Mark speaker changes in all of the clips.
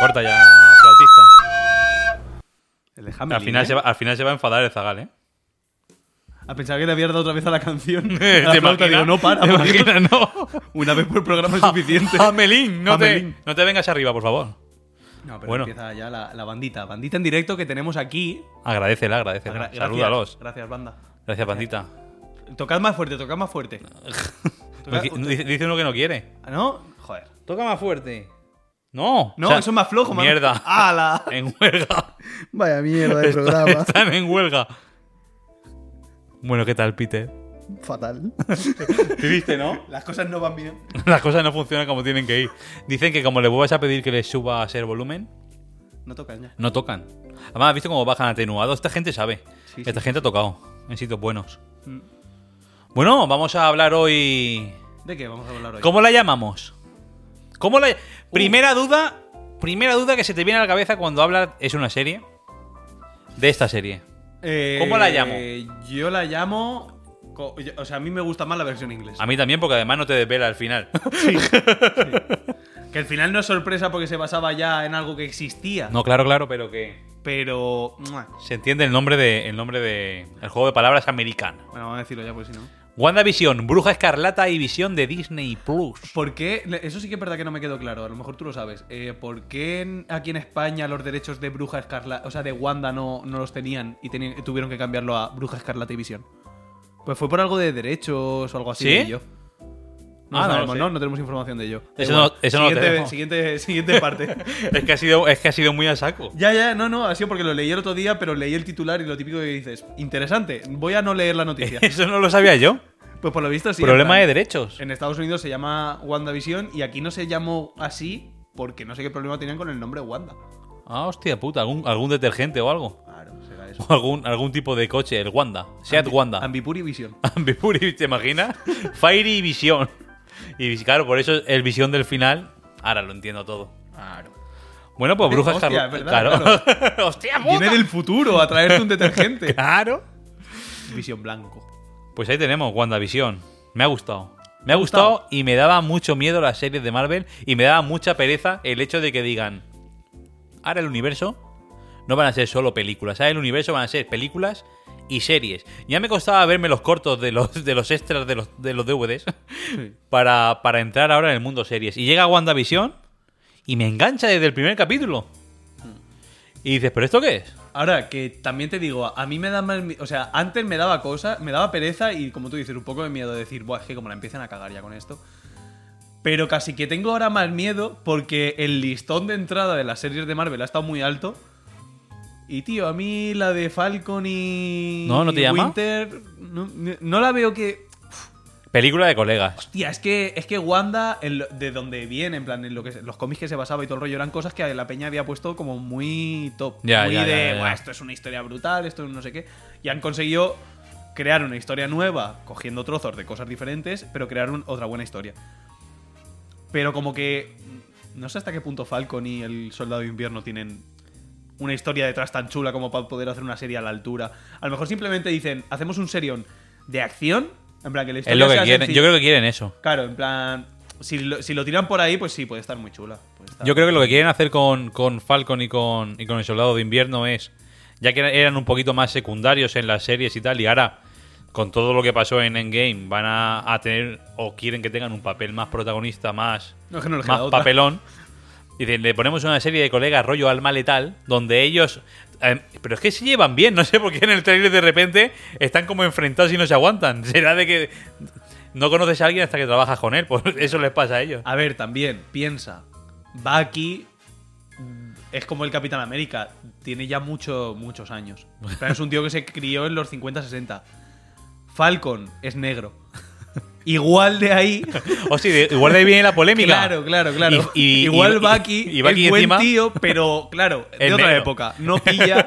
Speaker 1: nota ya flautista.
Speaker 2: El de Hamelin,
Speaker 1: Al final,
Speaker 2: ¿eh?
Speaker 1: se va, al final se va a enfadar el zagal, ¿eh?
Speaker 2: A pensar que te habías dado otra vez a la canción.
Speaker 1: ¿Te
Speaker 2: A la flauta,
Speaker 1: imaginas?
Speaker 2: digo, no para.
Speaker 1: ¿Te
Speaker 2: por Dios.
Speaker 1: imaginas? Ah, No.
Speaker 2: Una vez por programa es suficiente.
Speaker 1: Amelín, no, te,
Speaker 2: Hamelin.
Speaker 1: no te vengas arriba, por favor.
Speaker 2: No, pero
Speaker 1: Bueno.
Speaker 2: empieza ya la, la bandita. Bandita en directo que tenemos aquí.
Speaker 1: Agradecela, agradecela.
Speaker 2: Gra- gracias.
Speaker 1: Salúdalos.
Speaker 2: Gracias, banda.
Speaker 1: Gracias, bandita.
Speaker 2: Tocad más fuerte, tocad más fuerte. Toca-
Speaker 1: No qui- dice, dice uno que no quiere.
Speaker 2: Ah, ¿No? Joder.
Speaker 1: Toca más fuerte. No.
Speaker 2: No,
Speaker 1: O sea,
Speaker 2: eso es más flojo, mano.
Speaker 1: Mierda.
Speaker 2: ¡Hala!
Speaker 1: En huelga.
Speaker 3: Vaya mierda de programa.
Speaker 1: Están en huelga. Bueno, ¿qué tal, Peter?
Speaker 3: Fatal.
Speaker 1: Triste, Este, ¿no?
Speaker 2: Las cosas no van bien.
Speaker 1: Las cosas no funcionan como tienen que ir. Dicen que como le vuelvas a pedir que les suba a ser volumen,
Speaker 2: No tocan ya.
Speaker 1: no tocan. Además, ¿has visto cómo bajan atenuados? Esta gente sabe.
Speaker 2: Sí,
Speaker 1: Esta
Speaker 2: sí. Mm.
Speaker 1: gente ha tocado en sitios buenos. Bueno, vamos a hablar hoy.
Speaker 2: ¿De qué vamos a hablar hoy?
Speaker 1: ¿Cómo la llamamos? ¿Cómo la...
Speaker 2: Uh.
Speaker 1: Primera duda, primera duda que se te viene a la cabeza cuando hablas es una serie de esta serie.
Speaker 2: Eh,
Speaker 1: ¿Cómo la llamo?
Speaker 2: Yo la llamo. co- yo- O sea, a mí me gusta más la versión inglesa.
Speaker 1: A mí también porque además no te desvela al final. Ah.
Speaker 2: Que al final no es sorpresa porque se basaba ya en algo que existía.
Speaker 1: No, claro, claro, pero que
Speaker 2: Pero. ¡mua!
Speaker 1: se entiende el nombre de el nombre de el juego de palabras americano.
Speaker 2: Bueno, vamos a decirlo ya, porque si no.
Speaker 1: WandaVision, Bruja Escarlata y Visión de Disney Plus.
Speaker 2: ¿Por qué? Eso sí que es verdad que no me quedó claro, a lo mejor tú lo sabes. Eh, ¿Por qué en- aquí en España los derechos de Bruja Escarlata, o sea, de Wanda no, no los tenían y teni- tuvieron que cambiarlo a Bruja Escarlata y Visión? Pues fue por algo de derechos o algo así.
Speaker 1: ¿Sí?
Speaker 2: de ello. No,
Speaker 1: Ah,
Speaker 2: lo
Speaker 1: no lo
Speaker 2: sabemos,
Speaker 1: sé.
Speaker 2: no, no tenemos información de ello. Da
Speaker 1: Eso
Speaker 2: igual.
Speaker 1: no- eso no lo
Speaker 2: siguiente,
Speaker 1: tenemos.
Speaker 2: Siguiente, siguiente parte.
Speaker 1: Es que ha sido es que ha sido muy a saco.
Speaker 2: ya, ya, no, no, ha sido porque lo leí el otro día, pero leí el titular y lo típico que dices, interesante, voy a no leer la noticia.
Speaker 1: Eso no lo sabía yo.
Speaker 2: pues por lo visto sí. en
Speaker 1: Problema
Speaker 2: plan-
Speaker 1: de derechos.
Speaker 2: en Estados Unidos se llama WandaVision y aquí no se llamó así porque no sé qué problema tenían con el nombre Wanda.
Speaker 1: Ah, hostia puta, algún algún detergente o algo.
Speaker 2: Claro, será eso.
Speaker 1: O algún algún tipo de coche, el Wanda, Seat Wanda.
Speaker 2: Ambipuri Vision.
Speaker 1: Ambipuri, ¿te imaginas? Fiery y Visión. Y claro, por eso el Visión del final, ahora lo entiendo todo.
Speaker 2: Claro.
Speaker 1: Bueno, pues
Speaker 2: Hostia,
Speaker 1: Bruja
Speaker 2: hostia,
Speaker 1: Escarlata.
Speaker 2: es verdad,
Speaker 1: ¡Hostia puta!
Speaker 2: Viene del futuro a traerte un detergente.
Speaker 1: Claro.
Speaker 2: Visión blanco.
Speaker 1: Pues ahí tenemos WandaVision. Me ha gustado. Me ha gustado, y me daba mucho miedo las series de Marvel y me daba mucha pereza el hecho de que digan, ahora el universo no van a ser solo películas, ahora el universo van a ser películas y series. Ya me costaba verme los cortos de los, de los extras de los, de los DVDs para, para entrar ahora en el mundo series. Y llega WandaVision y me engancha desde el primer capítulo. Y dices, ¿pero esto qué es?
Speaker 2: Ahora, que también te digo, a mí me da mal... mi- O sea, antes me daba cosa, me daba pereza y como tú dices, un poco de miedo de decir, Buah, es que como la empiezan a cagar ya con esto. Pero casi que tengo ahora más miedo porque el listón de entrada de las series de Marvel ha estado muy alto. Y tío, a mí la de Falcon y.
Speaker 1: No, ¿no te llama?
Speaker 2: Winter. No, no la veo que.
Speaker 1: Película de colegas.
Speaker 2: Tía, es que, es que Wanda, en lo- de donde viene, en plan, en lo que, se- los cómics que se basaba y todo el rollo, eran cosas que la peña había puesto como muy top.
Speaker 1: Ya,
Speaker 2: muy
Speaker 1: ya,
Speaker 2: de,
Speaker 1: ya, ya, ya.
Speaker 2: "Buah, esto es una historia brutal, esto es no sé qué. Y han conseguido crear una historia nueva, cogiendo trozos de cosas diferentes, pero crear un- otra buena historia. Pero como que. No sé hasta qué punto Falcon y el Soldado de Invierno tienen una historia detrás tan chula como para poder hacer una serie a la altura. A lo mejor simplemente dicen, hacemos un serión de acción. En plan, que la
Speaker 1: Es
Speaker 2: historia
Speaker 1: lo que
Speaker 2: sea
Speaker 1: quieren.
Speaker 2: sencilla.
Speaker 1: Yo creo que quieren eso.
Speaker 2: Claro, en plan. Si lo, si lo tiran por ahí, pues sí, puede estar muy chula. Puede estar-
Speaker 1: Yo creo que lo que quieren hacer con, con Falcon y con, y con el Soldado de Invierno es, ya que eran un poquito más secundarios en las series y tal, y ahora con todo lo que pasó en Endgame van a, a tener o quieren que tengan un papel más protagonista, más,
Speaker 2: No, es que no les
Speaker 1: más
Speaker 2: queda otra.
Speaker 1: papelón. Dicen, le ponemos una serie de colegas rollo alma letal, donde ellos... eh, pero es que se llevan bien, no sé por qué en el trailer de repente están como enfrentados y no se aguantan. Será de que no conoces a alguien hasta que trabajas con él, pues eso les pasa a ellos.
Speaker 2: A ver, también, piensa. Bucky mm, es como el Capitán América. Tiene ya mucho, muchos años. Pero es un tío que se crió en los 50-60. Falcon es negro. Igual de ahí.
Speaker 1: O Oh, sí, de- igual de ahí viene la polémica.
Speaker 2: Claro, claro, claro.
Speaker 1: Y- y-
Speaker 2: Igual
Speaker 1: y-
Speaker 2: Bucky,
Speaker 1: y Bucky
Speaker 2: es buen
Speaker 1: encima-
Speaker 2: tío, pero claro, de
Speaker 1: Es
Speaker 2: otra
Speaker 1: negro.
Speaker 2: época. No pilla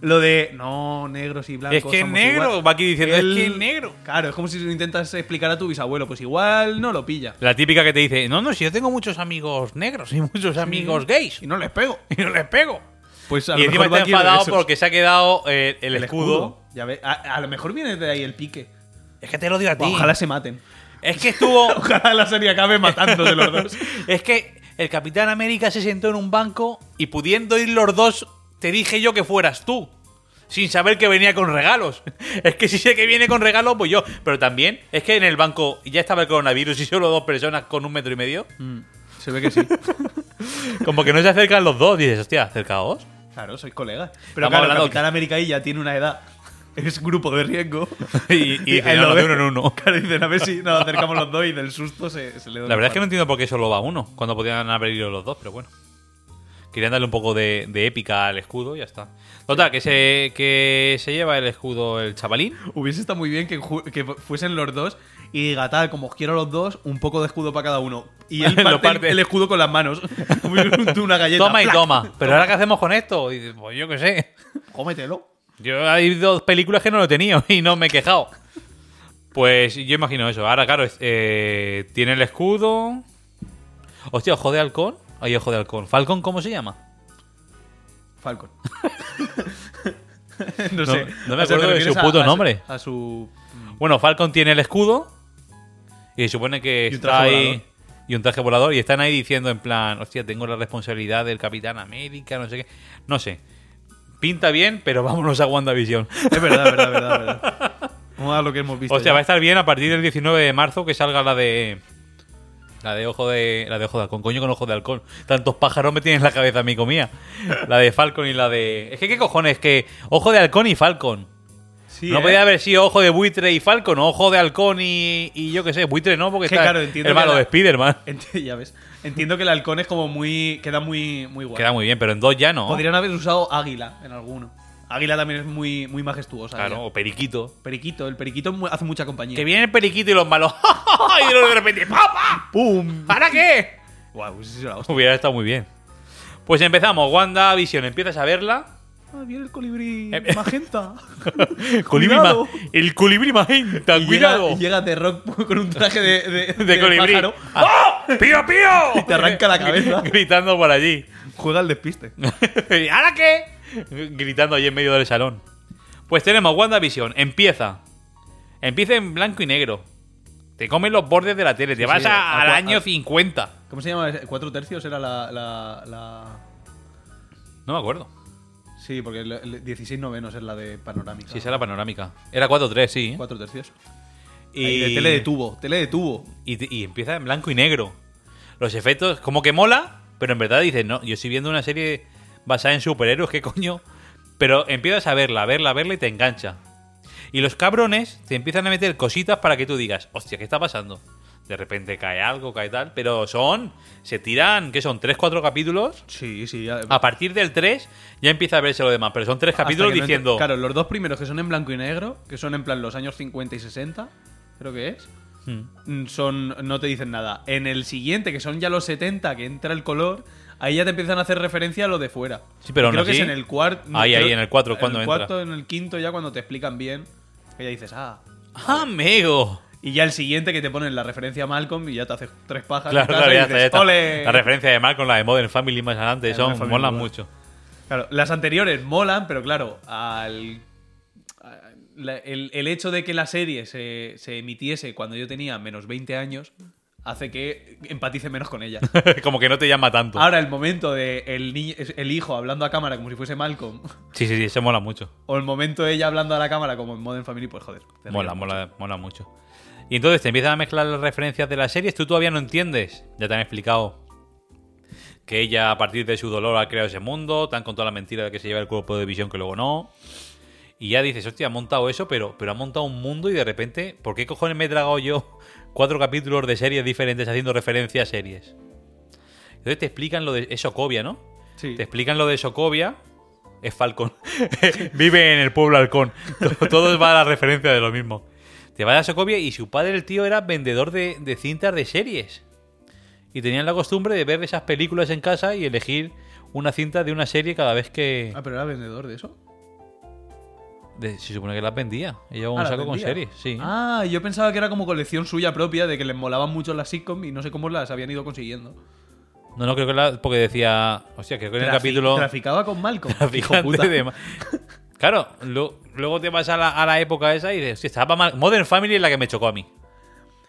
Speaker 2: lo de no, negros y blancos.
Speaker 1: Es que es
Speaker 2: somos
Speaker 1: negro,
Speaker 2: igual".
Speaker 1: Bucky diciendo, "Es que es
Speaker 2: Él-
Speaker 1: negro".
Speaker 2: Claro, es como si lo intentas explicar a tu bisabuelo, pues igual no lo pilla.
Speaker 1: La típica que te dice, no, no, si yo tengo muchos amigos negros y muchos amigos gays
Speaker 2: Y no les pego.
Speaker 1: y no les pego.
Speaker 2: Pues a
Speaker 1: Y
Speaker 2: lo
Speaker 1: encima
Speaker 2: mejor
Speaker 1: está
Speaker 2: Bucky era de
Speaker 1: enfadado
Speaker 2: esos.
Speaker 1: porque se ha quedado eh, el, escudo.
Speaker 2: Ya ve- a, a lo mejor viene de ahí el pique.
Speaker 1: Es que te lo digo a ti.
Speaker 2: Ojalá se maten.
Speaker 1: Es que estuvo...
Speaker 2: Ojalá la serie acabe matándose los dos.
Speaker 1: es que... el Capitán América se sentó en un banco y pudiendo ir los dos, te dije yo que fueras tú. Sin saber que venía con regalos. Es que si sé que viene con regalos, pues yo. Pero también, es que en el banco ya estaba el coronavirus y solo dos personas con un metro y medio.
Speaker 2: Se ve que sí.
Speaker 1: Como que no se acercan los dos. Dices, hostia, acercaos.
Speaker 2: Claro, sois colegas. Pero
Speaker 1: Estamos
Speaker 2: claro, el
Speaker 1: hablando
Speaker 2: Capitán América ahí ya tiene una edad. Es grupo de riesgo.
Speaker 1: Y, y,
Speaker 2: ahí
Speaker 1: lo de
Speaker 2: ve.
Speaker 1: uno en uno.
Speaker 2: Claro, dicen, a ver si nos acercamos los dos y del susto se, se le da
Speaker 1: La
Speaker 2: un
Speaker 1: verdad es que no
Speaker 2: paro.
Speaker 1: entiendo por qué solo va uno, cuando podían haber ido los dos, pero bueno. Querían darle un poco de, de épica al escudo y ya está. Total, que se, que se lleva el escudo el chavalín.
Speaker 2: Hubiese estado muy bien que, ju- que fuesen los dos y diga, tal, como os quiero a los dos, un poco de escudo para cada uno. Y él
Speaker 1: Lo
Speaker 2: parte, el-
Speaker 1: parte.
Speaker 2: El, escudo con las manos. Como si fuera una galleta.
Speaker 1: toma y
Speaker 2: ¡Plac!
Speaker 1: toma. Pero ahora, ¿qué hacemos con esto? Y dices, pues yo qué sé.
Speaker 2: Cómetelo.
Speaker 1: Yo hay dos películas que no lo he tenido y no me he quejado. Pues yo imagino eso. Ahora, claro, es- eh, tiene el escudo. Hostia, ojo de halcón. Ay, ojo de halcón. ¿Falcon cómo se llama?
Speaker 2: Falcon. no sé.
Speaker 1: no me acuerdo
Speaker 2: O sea,
Speaker 1: de
Speaker 2: te refieres
Speaker 1: su puto
Speaker 2: a,
Speaker 1: nombre.
Speaker 2: A su.
Speaker 1: Bueno, Falcon tiene el escudo y se supone que
Speaker 2: Y un
Speaker 1: está
Speaker 2: traje
Speaker 1: ahí
Speaker 2: volador.
Speaker 1: y un traje volador y están ahí diciendo en plan, hostia, tengo la responsabilidad del Capitán América, no sé qué, no sé. Pinta bien, pero vámonos a WandaVision.
Speaker 2: Es verdad, es verdad, es verdad, es verdad. Vamos a lo que hemos visto.
Speaker 1: Hostia,
Speaker 2: ya.
Speaker 1: va a estar bien a partir del 19 de marzo que salga la de la de ojo de la de ojo de halcón, coño con ojo de halcón. Tantos pájaros me tienes en la cabeza, amigo mía. La de Falcon y la de Es que qué cojones que ojo de halcón y Falcon.
Speaker 2: Sí,
Speaker 1: no
Speaker 2: ¿eh?
Speaker 1: podía haber sido ojo de buitre y Falcon, o ojo de halcón y, y yo qué sé, buitre no, porque
Speaker 2: Que
Speaker 1: está
Speaker 2: claro, entiendo
Speaker 1: el
Speaker 2: que
Speaker 1: malo
Speaker 2: la-
Speaker 1: de Spider-Man.
Speaker 2: Ent- ya ves. Entiendo que el halcón es como muy. queda muy, muy guay.
Speaker 1: Queda muy bien, pero en dos ya no.
Speaker 2: Podrían haber usado águila en alguno. Águila también es muy, muy majestuosa.
Speaker 1: Claro,
Speaker 2: ya.
Speaker 1: o periquito.
Speaker 2: Periquito, el periquito mu- hace mucha compañía.
Speaker 1: Que viene el periquito y los malos. y de repente, ¡papa!
Speaker 2: ¡Pum!
Speaker 1: ¿Para qué?
Speaker 2: Guau, pues eso era la hostia.
Speaker 1: Hubiera estado muy bien. Pues empezamos, Wanda Visión, empiezas a verla.
Speaker 2: Ah, viene el colibrí
Speaker 1: Eh, eh.
Speaker 2: magenta.
Speaker 1: Colibrí
Speaker 2: Cuidado.
Speaker 1: ma- el colibrí magenta,
Speaker 2: Y
Speaker 1: cuidado.
Speaker 2: Llega, llega The Rock con un traje de, de,
Speaker 1: de colibrí.
Speaker 2: pájaro.
Speaker 1: ¡Ah! ¡Pío, pío!
Speaker 2: Te arranca la cabeza.
Speaker 1: Gritando por allí.
Speaker 2: Juega al despiste.
Speaker 1: ¿Y ¿Ahora qué? Gritando allí en medio del salón. Pues tenemos WandaVision. Empieza. Empieza en blanco y negro. Te comen los bordes de la tele. Te
Speaker 2: Sí,
Speaker 1: vas
Speaker 2: sí,
Speaker 1: a-
Speaker 2: a
Speaker 1: al
Speaker 2: cua-
Speaker 1: año
Speaker 2: a-
Speaker 1: 50.
Speaker 2: ¿Cómo se llama? ese? ¿Cuatro tercios era la. la, la-
Speaker 1: No me acuerdo.
Speaker 2: Sí, porque el- el 16 novenos es la de panorámica.
Speaker 1: Sí, esa era panorámica. Era 4-3, sí.
Speaker 2: Ah.
Speaker 1: ¿eh?
Speaker 2: Cuatro tercios.
Speaker 1: Y,
Speaker 2: Ahí, de tele de tubo, tele de tubo.
Speaker 1: y, te- y empieza en blanco y negro. Los efectos, como que mola, pero en verdad dices, no, yo estoy viendo una serie basada en superhéroes, ¿qué coño? Pero empiezas a verla, a verla, a verla y te engancha. Y los cabrones te empiezan a meter cositas para que tú digas, hostia, ¿qué está pasando? De repente cae algo, cae tal, pero son, se tiran, que son? ¿Tres, cuatro capítulos?
Speaker 2: Sí, sí. ya-
Speaker 1: A partir del 3 ya empieza a verse lo demás, pero son tres
Speaker 2: hasta
Speaker 1: capítulos
Speaker 2: que no
Speaker 1: diciendo...
Speaker 2: ent- Claro, los dos primeros que son en blanco y negro, que son en plan los años 50 y 60, creo que es,
Speaker 1: "Mm".
Speaker 2: mm, son no te dicen nada. En el siguiente, que son ya los 70, que entra el color, ahí ya te empiezan a hacer referencia a lo de fuera.
Speaker 1: Sí, pero
Speaker 2: Y
Speaker 1: aún
Speaker 2: creo que
Speaker 1: así-
Speaker 2: es en el cuarto.
Speaker 1: Ahí, ahí, en el cuatro, ¿cuándo
Speaker 2: En el
Speaker 1: entra?
Speaker 2: cuarto, en el quinto, ya cuando te explican bien, que ya dices, ah.
Speaker 1: ¡Amigo!
Speaker 2: Y ya el siguiente que te ponen la referencia a Malcolm y ya te haces tres pajas.
Speaker 1: Claro,
Speaker 2: en casa
Speaker 1: claro,
Speaker 2: y
Speaker 1: ya está,
Speaker 2: dices,
Speaker 1: ya está.
Speaker 2: "Ole".
Speaker 1: La referencia de Malcolm, la de Modern Family más adelante,
Speaker 2: La de
Speaker 1: son,
Speaker 2: Modern Family
Speaker 1: molan
Speaker 2: mola.
Speaker 1: mucho.
Speaker 2: Claro, las anteriores molan, pero claro, al. a- la- el, el hecho de que la serie se, se emitiese cuando yo tenía menos 20 años hace que empatice menos con ella.
Speaker 1: como que no te llama tanto.
Speaker 2: Ahora, el momento de el, ni- el hijo hablando a cámara como si fuese Malcolm,
Speaker 1: Sí, sí, sí, eso mola mucho.
Speaker 2: o el momento de ella hablando a la cámara como en Modern Family, pues joder. te
Speaker 1: Mola,
Speaker 2: ríes.
Speaker 1: mola, mola mucho. Y entonces te empiezan a mezclar las referencias de las series, tú todavía no entiendes. Ya te han explicado que ella a partir de su dolor ha creado ese mundo, te han contado la mentira de que se lleva el cuerpo de visión que luego no. Y ya dices, hostia, ha montado eso, pero, pero ha montado un mundo y de repente, ¿por qué cojones me he tragado yo cuatro capítulos de series diferentes haciendo referencia a series? Entonces te explican lo de es Sokovia, ¿no?
Speaker 2: Sí.
Speaker 1: Te explican lo de Sokovia. Es Falcon. Vive en el pueblo halcón. To- Todo va a la referencia de lo mismo. Te vas a Sokovia y su padre, el tío, era vendedor de, de cintas de series. Y tenían la costumbre de ver esas películas en casa y elegir una cinta de una serie cada vez que...
Speaker 2: Ah, pero era vendedor de eso.
Speaker 1: de- se supone que las vendía. Y llevaba
Speaker 2: Ah,
Speaker 1: un
Speaker 2: la
Speaker 1: saco con
Speaker 2: vendía.
Speaker 1: series, sí.
Speaker 2: Ah, yo pensaba que era como colección suya propia, de que les molaban mucho las sitcom y no sé cómo las habían ido consiguiendo.
Speaker 1: No, no creo que la... Porque decía... Hostia, creo que en el
Speaker 2: Trafi-
Speaker 1: capítulo...
Speaker 2: Traficaba con Malcolm.
Speaker 1: Traficante
Speaker 2: hijo puta.
Speaker 1: de ma- Claro, lo- luego te vas a la, a la época esa y dices, hostia, estaba mal. Modern Family es la que me chocó a mí.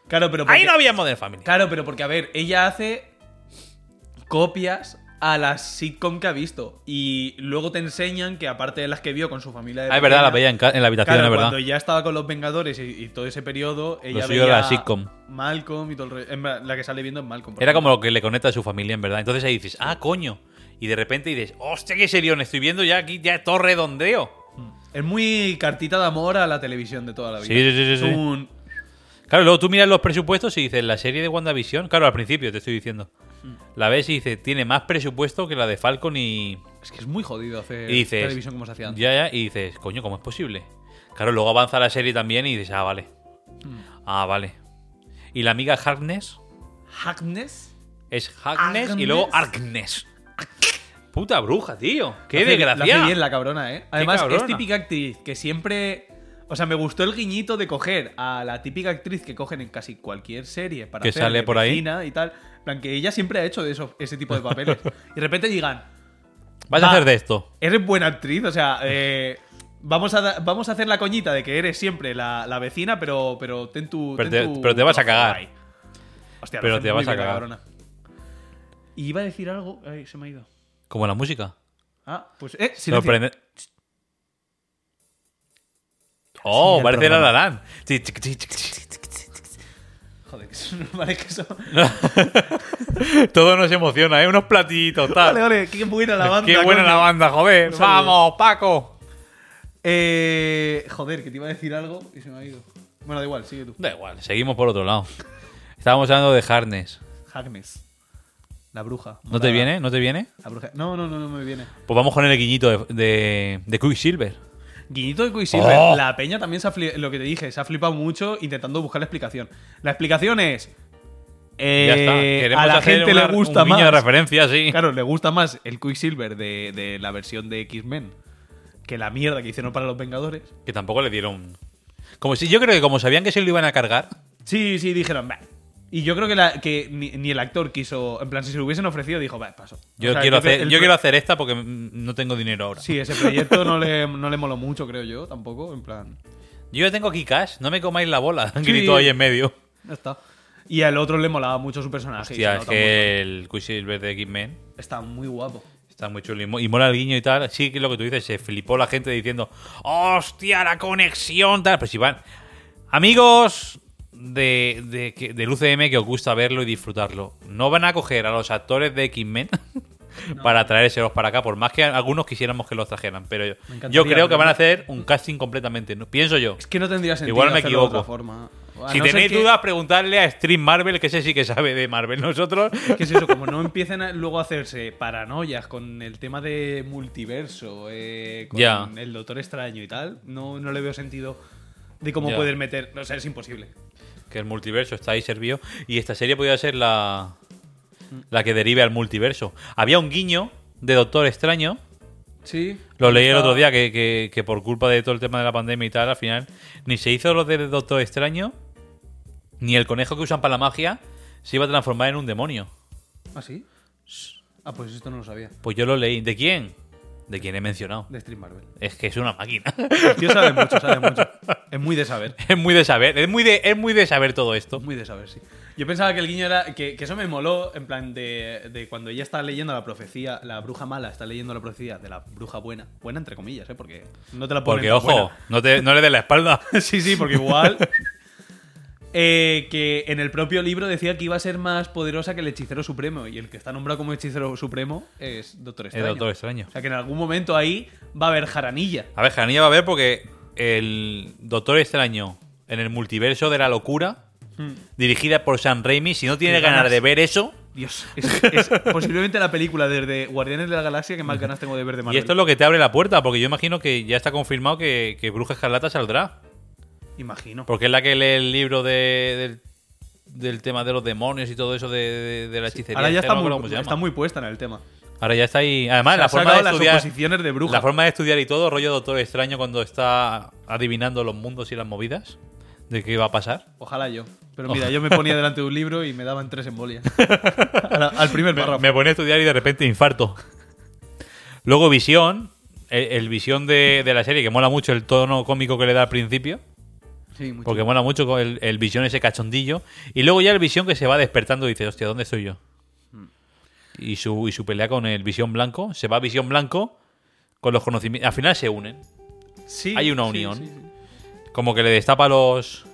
Speaker 2: Claro, pero
Speaker 1: Ahí
Speaker 2: porque-
Speaker 1: no había Modern Family.
Speaker 2: Claro, pero porque, a ver, ella hace copias a las sitcom que ha visto. Y luego te enseñan que aparte de las que vio con su familia de
Speaker 1: Ah, es verdad,
Speaker 2: pequeña,
Speaker 1: la veía en, ca- en la habitación,
Speaker 2: claro,
Speaker 1: es verdad.
Speaker 2: cuando ya estaba con los Vengadores y, y todo ese periodo, ella
Speaker 1: suyo
Speaker 2: veía
Speaker 1: era la sitcom.
Speaker 2: Malcolm y todo el rollo. En verdad, La que sale viendo es Malcolm. por
Speaker 1: Era
Speaker 2: ejemplo.
Speaker 1: como lo que le conecta a su familia, en verdad. Entonces ahí dices, ah, coño. Y de repente dices, hostia, qué serión, estoy viendo ya aquí, ya todo redondeo.
Speaker 2: Mm. Es muy cartita de amor a la televisión de toda la vida.
Speaker 1: Sí, sí, sí, sí,
Speaker 2: Es
Speaker 1: sí.
Speaker 2: un-
Speaker 1: Claro, luego tú miras los presupuestos y dices, la serie de WandaVision, claro, al principio te estoy diciendo.
Speaker 2: Mm.
Speaker 1: La ves y dices, tiene más presupuesto que la de Falcon y.
Speaker 2: Es que es muy jodido hacer
Speaker 1: y dices.
Speaker 2: televisión como se hacía antes.
Speaker 1: Ya, ya, y dices, coño, ¿cómo es posible? Claro, luego avanza la serie también y dices, ah, vale.
Speaker 2: Mm.
Speaker 1: Ah, vale. Y la amiga Harkness
Speaker 2: Hackness.
Speaker 1: es Harkness y luego Harkness. Puta bruja, tío. Qué
Speaker 2: La hace- La hace
Speaker 1: desgracia.
Speaker 2: bien la cabrona, ¿eh? Además,
Speaker 1: cabrona.
Speaker 2: es típica actriz que siempre. O sea, me gustó el guiñito de coger a la típica actriz que cogen en casi cualquier serie para
Speaker 1: Que
Speaker 2: hacer
Speaker 1: sale
Speaker 2: de
Speaker 1: por ahí.
Speaker 2: vecina y tal. En plan, que ella siempre ha hecho de eso, ese tipo de papeles. y de repente digan,
Speaker 1: Vas a
Speaker 2: Va.
Speaker 1: hacer de esto.
Speaker 2: eres buena actriz, o sea, eh, vamos, a, da- vamos a hacer la coñita de que eres siempre la, la vecina, pero, pero ten tu.
Speaker 1: Pero
Speaker 2: ten
Speaker 1: te-
Speaker 2: tu
Speaker 1: pero te vas a
Speaker 2: trabajo
Speaker 1: cagar.
Speaker 2: ahí. Hostia, lo
Speaker 1: Pero
Speaker 2: hace
Speaker 1: te
Speaker 2: muy
Speaker 1: vas a
Speaker 2: bien la
Speaker 1: cagar.
Speaker 2: cabrona. Y iba a decir algo. Ay, se me ha ido.
Speaker 1: Como la música.
Speaker 2: Ah, pues. Eh, silencio.
Speaker 1: Sorprende. Oh,
Speaker 2: el
Speaker 1: parece la
Speaker 2: programa.
Speaker 1: la Land.
Speaker 2: Joder, que eso no vale que eso.
Speaker 1: Todo nos emociona, ¿eh? Unos platitos, tal.
Speaker 2: Vale, vale, qué buena la banda.
Speaker 1: Qué buena la
Speaker 2: coño.
Speaker 1: banda, joder.
Speaker 2: Un saludo.
Speaker 1: Vamos, Paco.
Speaker 2: Eh, joder, que te iba a decir algo y se me ha ido. Bueno, da igual, sigue tú.
Speaker 1: Da igual, seguimos por otro lado. Estábamos hablando de Harness.
Speaker 2: Harkness. La bruja.
Speaker 1: ¿No te
Speaker 2: Morada.
Speaker 1: viene? ¿No te viene?
Speaker 2: La bruja. No, no, no, no me viene.
Speaker 1: Pues vamos con el guiñito de, de, de Quicksilver.
Speaker 2: Guiñito de Quicksilver.
Speaker 1: ¡Oh!
Speaker 2: La peña también se ha flipado, lo que te dije, se ha flipado mucho intentando buscar la explicación. La explicación es. eh,
Speaker 1: ya está. Queremos
Speaker 2: a la
Speaker 1: hacer
Speaker 2: gente
Speaker 1: una-
Speaker 2: le gusta
Speaker 1: un guiño
Speaker 2: más.
Speaker 1: de referencia, sí.
Speaker 2: Claro, le gusta más el Quicksilver de, de la versión de X-Men que la mierda que hicieron para los Vengadores.
Speaker 1: Que tampoco le dieron. Como si yo creo que como sabían que se lo iban a cargar.
Speaker 2: Sí, sí, dijeron, "Bah". Y yo creo que, la- que ni, ni el actor quiso. En plan, si se lo hubiesen ofrecido, dijo, va, paso.
Speaker 1: Yo
Speaker 2: O sea,
Speaker 1: quiero
Speaker 2: creo que
Speaker 1: hacer,
Speaker 2: el
Speaker 1: yo
Speaker 2: pro-
Speaker 1: quiero hacer esta porque mm, no tengo dinero ahora.
Speaker 2: Sí, ese proyecto no le, no le moló mucho, creo yo, tampoco. En plan.
Speaker 1: Yo ya tengo aquí cash, no me comáis la bola. Han
Speaker 2: Sí.
Speaker 1: gritado ahí en medio.
Speaker 2: Ya está. Y al otro le molaba mucho su personaje. y Ah,
Speaker 1: Hostia, es
Speaker 2: se nota mucho.
Speaker 1: que el Quicksilver de X-Men
Speaker 2: Está muy guapo.
Speaker 1: Está muy chulo. Y mo- Y mola el guiño y tal. Sí, que lo que tú dices, se flipó la gente diciendo, ¡hostia, la conexión! Tal. Pero si van. Amigos de, de, que- del UCM que os gusta verlo y disfrutarlo, no van a coger a los actores de X-Men para traérselos para acá, por más que algunos quisiéramos que los trajeran. Pero yo,
Speaker 2: Me encantaría,
Speaker 1: yo creo que
Speaker 2: pero
Speaker 1: van a
Speaker 2: no.
Speaker 1: hacer un casting completamente. ¿no? Pienso yo.
Speaker 2: Es que no tendría sentido.
Speaker 1: Igual me
Speaker 2: hacerlo de otra
Speaker 1: equivoco.
Speaker 2: forma. A
Speaker 1: Si
Speaker 2: no ser
Speaker 1: tenéis
Speaker 2: que-
Speaker 1: dudas, preguntarle a Stream Marvel, que ese sí que sabe de Marvel. Nosotros
Speaker 2: Que es eso, como no empiecen a- luego a hacerse paranoias con el tema de multiverso, eh, con
Speaker 1: Ya.
Speaker 2: el Doctor Extraño y tal, no, no le veo sentido de cómo
Speaker 1: Ya.
Speaker 2: poder meter. O sea, es imposible.
Speaker 1: Que el multiverso está ahí servido. Y esta serie podría ser la. La que derive al multiverso. Había un guiño de Doctor Extraño.
Speaker 2: Sí.
Speaker 1: Lo leí el otro día que, que- que por culpa de todo el tema de la pandemia y tal, al final. Ni se hizo lo de Doctor Extraño. Ni el conejo que usan para la magia se iba a transformar en un demonio.
Speaker 2: ¿Ah, sí? Ah, pues esto no lo sabía.
Speaker 1: Pues yo lo leí. ¿De quién? De quién he mencionado.
Speaker 2: De Stream Marvel.
Speaker 1: Es que es una máquina.
Speaker 2: El tío sabe mucho, sabe mucho. Es muy de saber.
Speaker 1: es muy de saber. Es muy de, es muy de saber todo esto.
Speaker 2: Muy de saber, sí. Yo pensaba que el guiño era. Que, que eso me moló, en plan, de, de cuando ella está leyendo la profecía, la bruja mala está leyendo la profecía de la bruja buena. Buena, entre comillas, ¿eh? Porque no te la ponen
Speaker 1: Porque,
Speaker 2: tan
Speaker 1: ojo,
Speaker 2: buena.
Speaker 1: no, te, no le des la espalda.
Speaker 2: sí, sí, porque igual. eh, que en el propio libro decía que iba a ser más poderosa que el hechicero supremo. Y el que está nombrado como hechicero supremo es Doctor
Speaker 1: Es
Speaker 2: Extraño.
Speaker 1: Doctor Extraño.
Speaker 2: O sea que en algún momento ahí va a haber jaranilla.
Speaker 1: A ver, Janilla va a ver porque el Doctor Extraño en el multiverso de la locura, dirigida por Sam Raimi, si no tiene
Speaker 2: Qué Hmm. ganas.
Speaker 1: ganas. de ver eso,
Speaker 2: Dios, es, es posiblemente la película desde Guardianes de la Galaxia que más ganas tengo de ver de
Speaker 1: y
Speaker 2: Marvel.
Speaker 1: esto es lo que te abre la puerta, porque yo imagino que ya está confirmado que, que Bruja Escarlata saldrá,
Speaker 2: Imagino.
Speaker 1: porque es la que lee el libro de- del, del tema de los demonios y todo eso de, de- de la hechicería.
Speaker 2: Ahora ya
Speaker 1: es que no
Speaker 2: está
Speaker 1: me
Speaker 2: muy,
Speaker 1: acuerdo cómo se llama.
Speaker 2: está muy puesta en el tema.
Speaker 1: Ahora ya está ahí. Además,
Speaker 2: Se ha
Speaker 1: la forma
Speaker 2: sacado
Speaker 1: de
Speaker 2: las
Speaker 1: estudiar.
Speaker 2: oposiciones de bruja.
Speaker 1: La forma de estudiar y todo, rollo Doctor Extraño cuando está adivinando los mundos y las movidas de qué va a pasar.
Speaker 2: Ojalá yo. Pero
Speaker 1: Oh.
Speaker 2: mira, yo me ponía delante de un libro y me daban tres embolias. A la- al, primer
Speaker 1: Me,
Speaker 2: párrafo.
Speaker 1: me ponía a estudiar y de repente infarto. Luego Visión, el, el Visión de, de la serie, que mola mucho el tono cómico que le da al principio,
Speaker 2: Sí, mucho.
Speaker 1: porque mola mucho con el, el Visión ese cachondillo. Y luego ya el Visión que se va despertando y dice, hostia, ¿dónde estoy yo? y su, y su pelea con el Visión Blanco. Se va Visión Blanco con los conocimientos. Al final se unen.
Speaker 2: Sí,
Speaker 1: Hay una
Speaker 2: sí,
Speaker 1: unión.
Speaker 2: sí, sí.
Speaker 1: Como que le destapa los,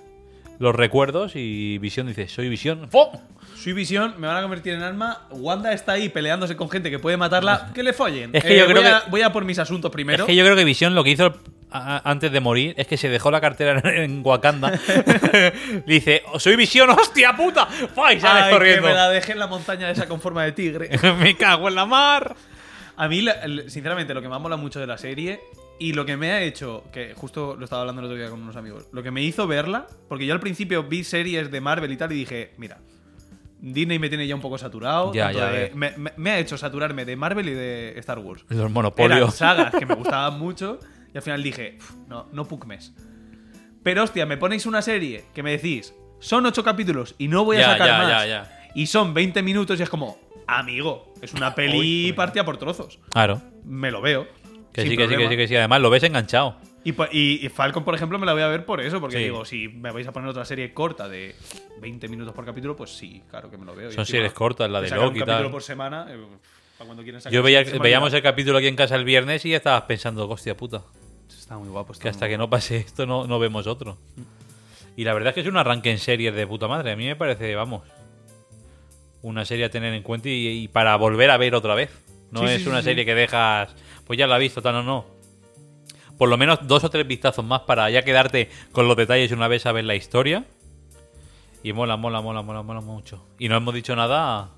Speaker 1: los recuerdos y Visión dice, soy Visión. ¡Fo!
Speaker 2: Soy visión, me van a convertir en alma. Wanda está ahí peleándose con gente que puede matarla. Que le follen. Eh,
Speaker 1: Es que yo
Speaker 2: voy,
Speaker 1: creo
Speaker 2: a,
Speaker 1: que-
Speaker 2: voy a por mis asuntos primero.
Speaker 1: Es que yo creo que Visión lo que hizo a- a- antes de morir es que se dejó la cartera en Wakanda. Le dice, "Oh, soy Visión, hostia puta. ¡Fua! Y sale
Speaker 2: Ay, que
Speaker 1: corriendo.
Speaker 2: me la dejé en la montaña esa con forma de tigre.
Speaker 1: me cago en la mar.
Speaker 2: A mí, la- el- sinceramente, lo que me ha molado mucho de la serie y lo que me ha hecho, que justo lo estaba hablando el otro día con unos amigos, lo que me hizo verla, porque yo al principio vi series de Marvel y tal y dije, mira, Disney me tiene ya un poco saturado.
Speaker 1: Ya,
Speaker 2: tanto
Speaker 1: ya,
Speaker 2: de-
Speaker 1: eh.
Speaker 2: me, me- me ha hecho saturarme de Marvel y de Star Wars.
Speaker 1: Los
Speaker 2: Eran
Speaker 1: monopolios.
Speaker 2: sagas que me gustaban mucho y al final dije, "Uf, no, no pucmes. Pero hostia, me ponéis una serie que me decís, son ocho capítulos y no voy a
Speaker 1: Ya,
Speaker 2: sacar
Speaker 1: ya,
Speaker 2: más.
Speaker 1: ya, ya.
Speaker 2: Y son 20 minutos y es como, amigo, es una
Speaker 1: Uy,
Speaker 2: peli
Speaker 1: uy.
Speaker 2: partida por trozos.
Speaker 1: Claro.
Speaker 2: Me lo veo.
Speaker 1: Que
Speaker 2: sin
Speaker 1: sí, que sí, que
Speaker 2: problema.
Speaker 1: sí, que sí. Además, lo ves enganchado.
Speaker 2: Y, pa- y- y Falcon, por ejemplo, me la voy a ver por eso, porque
Speaker 1: Sí.
Speaker 2: digo, si me vais a poner otra serie corta de 20 minutos por capítulo, pues sí, claro que me lo veo. Y
Speaker 1: Son
Speaker 2: encima,
Speaker 1: series cortas, la de
Speaker 2: sacar
Speaker 1: Loki y
Speaker 2: un capítulo
Speaker 1: tal.
Speaker 2: por semana, eh, para cuando quieran sacar
Speaker 1: Yo veía,
Speaker 2: semanalidad.
Speaker 1: veíamos el capítulo aquí en casa el viernes y ya estabas pensando, hostia puta,
Speaker 2: Está muy guapo.
Speaker 1: que hasta que no pase esto no, no vemos otro. Y la verdad es que es un arranque en series de puta madre. A mí me parece, vamos, una serie a tener en cuenta y, y para volver a ver otra vez. No
Speaker 2: Sí, sí,
Speaker 1: es
Speaker 2: sí,
Speaker 1: una
Speaker 2: sí.
Speaker 1: serie que dejas, pues ya la he visto, tal o no. Por lo menos dos o tres vistazos más para ya quedarte con los detalles una vez sabes la historia. Y mola, mola, mola, mola, mola mucho. Y no hemos dicho nada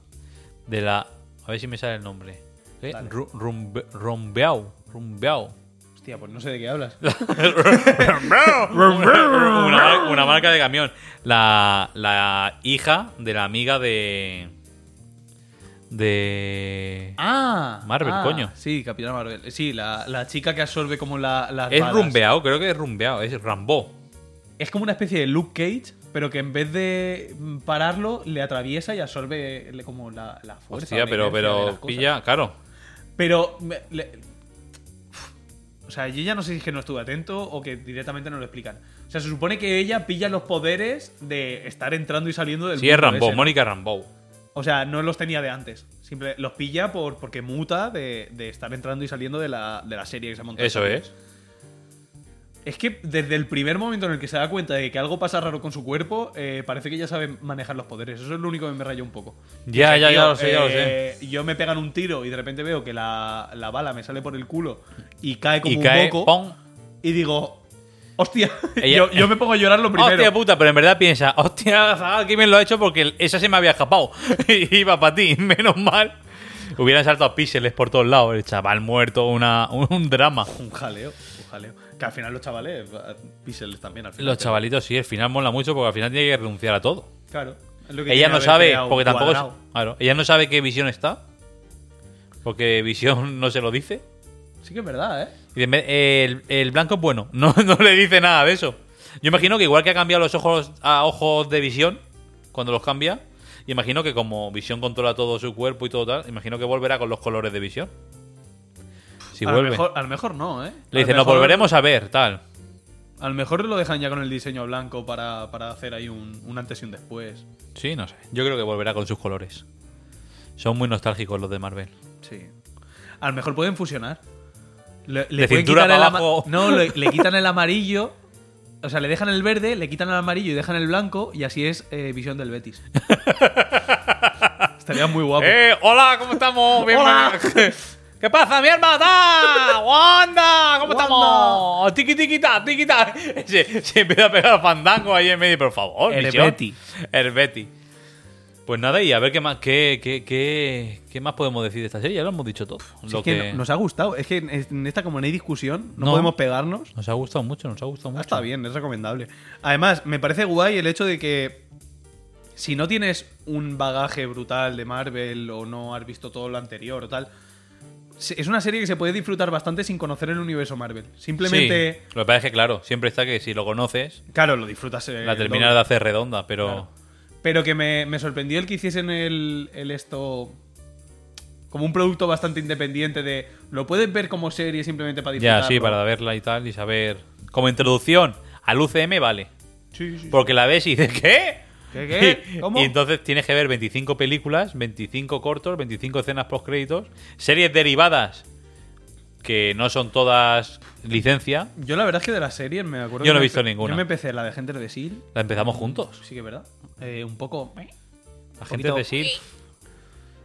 Speaker 1: de la. A ver si me sale el nombre. ¿Eh?
Speaker 2: Dale.
Speaker 1: Ru- rumbe- Rumbeau. Rumbeau.
Speaker 2: Hostia, pues no sé de qué hablas. Ah.
Speaker 1: una, mar- una marca de camión. La, la hija de la amiga de. De.
Speaker 2: Ah,
Speaker 1: Marvel,
Speaker 2: ah,
Speaker 1: coño.
Speaker 2: Sí, Capitana Marvel. Sí, la, la chica que absorbe como la. las
Speaker 1: es
Speaker 2: balas.
Speaker 1: rumbeado, creo que es rumbeado. Es Rambo.
Speaker 2: Es como una especie de Luke Cage, pero que en vez de mm, pararlo, le atraviesa y absorbe le- como la, la fuerza.
Speaker 1: Hostia,
Speaker 2: la
Speaker 1: pero,
Speaker 2: inercia de las
Speaker 1: pero
Speaker 2: cosas.
Speaker 1: pilla, claro.
Speaker 2: Pero. me- le- o sea, yo ya no sé si es que no estuve atento o que directamente no lo explican. O sea, se supone que ella pilla los poderes de estar entrando y saliendo del.
Speaker 1: Sí, es
Speaker 2: mundo
Speaker 1: Rambo,
Speaker 2: ese, ¿no?
Speaker 1: pues, Mónica Rambo.
Speaker 2: O sea, no los tenía de antes. Simple, los pilla por, porque muta de, de estar entrando y saliendo de la, de la serie que se ha montado.
Speaker 1: Eso es.
Speaker 2: Es que desde el primer momento en el que se da cuenta de que algo pasa raro con su cuerpo, eh, parece que ya sabe manejar los poderes. Eso es lo único que me rayó un poco.
Speaker 1: Ya, ya, ya
Speaker 2: Tío,
Speaker 1: lo sé, ya lo sé.
Speaker 2: eh, Yo me pegan un tiro y de repente veo que la, la bala me sale por el culo y cae como
Speaker 1: Y
Speaker 2: un
Speaker 1: cae,
Speaker 2: moco.
Speaker 1: pon.
Speaker 2: Y digo, hostia,
Speaker 1: Ella-
Speaker 2: yo, yo me pongo a llorar lo primero.
Speaker 1: Hostia puta, pero en verdad piensa, hostia, zagal, que bien lo ha hecho porque esa se me había escapado. Iba para ti, menos mal. Hubieran saltado píxeles por todos lados, el chaval muerto, una, un drama.
Speaker 2: un jaleo, un jaleo. Que al final los chavales, eh, píxeles también al final.
Speaker 1: Los
Speaker 2: pero-
Speaker 1: chavalitos sí, al final mola mucho porque al final tiene que renunciar a todo.
Speaker 2: Claro. es lo que
Speaker 1: Ella
Speaker 2: tiene
Speaker 1: no
Speaker 2: haber
Speaker 1: sabe,
Speaker 2: creado
Speaker 1: porque tampoco.
Speaker 2: cuadrado.
Speaker 1: Claro, ella no sabe qué visión está. Porque visión no se lo dice.
Speaker 2: Sí que es verdad, ¿eh?
Speaker 1: Y de me- el, el blanco es bueno. No, no le dice nada de eso. Yo imagino que igual que ha cambiado los ojos a ojos de visión, cuando los cambia, imagino que como visión controla todo su cuerpo y todo tal, imagino que volverá con los colores de visión. Si
Speaker 2: a,
Speaker 1: vuelve.
Speaker 2: Lo mejor, a lo mejor no, ¿eh?
Speaker 1: le
Speaker 2: A lo
Speaker 1: dice, nos
Speaker 2: mejor-
Speaker 1: volveremos a ver, tal.
Speaker 2: A lo mejor lo dejan ya con el diseño blanco para, para hacer ahí un, un antes y un después.
Speaker 1: Sí, no sé. Yo creo que volverá con sus colores. Son muy nostálgicos los de Marvel.
Speaker 2: Sí. A lo mejor pueden fusionar. Le,
Speaker 1: De
Speaker 2: pueden
Speaker 1: cintura para
Speaker 2: quitar el ama-
Speaker 1: abajo.
Speaker 2: No, le, le quitan el amarillo. O sea, le dejan el verde, le quitan el amarillo y dejan el blanco. Y así es eh, visión del Betis. Estaría muy guapo.
Speaker 1: ¡Eh! ¡Hola! ¿Cómo estamos?
Speaker 2: Hola.
Speaker 1: Bienvenidos. ¿Qué pasa, mi hermana? ¡Wanda! ¿Cómo
Speaker 2: Wanda.
Speaker 1: estamos? ¡Tiki, tiquita, tiquita! Se, se empieza a pegar fandango ahí en medio, por favor.
Speaker 2: El
Speaker 1: misión.
Speaker 2: Betty.
Speaker 1: El Betty. Pues nada, y a ver qué más, qué, qué, qué, qué más podemos decir de esta serie. Ya lo hemos dicho todo.
Speaker 2: Si
Speaker 1: Lo
Speaker 2: es que,
Speaker 1: que
Speaker 2: no- nos ha gustado. Es que en- en esta, como no hay discusión, no,
Speaker 1: No.
Speaker 2: podemos pegarnos.
Speaker 1: nos ha gustado mucho, nos ha gustado
Speaker 2: Ah,
Speaker 1: mucho.
Speaker 2: está bien, es recomendable. Además, me parece guay el hecho de que si no tienes un bagaje brutal de Marvel o no has visto todo lo anterior o tal, se- es una serie que se puede disfrutar bastante sin conocer el universo Marvel. Simplemente,
Speaker 1: Sí, lo que pasa es que, claro, siempre está que si lo conoces,
Speaker 2: claro, lo disfrutas. eh,
Speaker 1: la
Speaker 2: el
Speaker 1: terminas
Speaker 2: doble.
Speaker 1: de hacer redonda, pero.
Speaker 2: Claro. Pero que me, me sorprendió el que hiciesen el, el esto como un producto bastante independiente de lo puedes ver como serie simplemente para disfrutar.
Speaker 1: Ya, sí, para verla y tal y saber. Como introducción al UCM, vale.
Speaker 2: Sí, sí, sí.
Speaker 1: Porque la ves y dices, ¿qué?
Speaker 2: ¿Qué, qué? ¿Cómo?
Speaker 1: Y entonces tienes que ver 25 películas, 25 cortos, 25 escenas post créditos, series derivadas que no son todas licencia.
Speaker 2: Yo la verdad es que de las series me acuerdo.
Speaker 1: Yo no
Speaker 2: que
Speaker 1: he
Speaker 2: me
Speaker 1: visto
Speaker 2: empe-
Speaker 1: ninguna.
Speaker 2: Yo me empecé la de Gente de Seal.
Speaker 1: La empezamos juntos.
Speaker 2: Sí que es verdad. Eh, un poco.
Speaker 1: Agentes
Speaker 2: Poquito-
Speaker 1: de SEAL.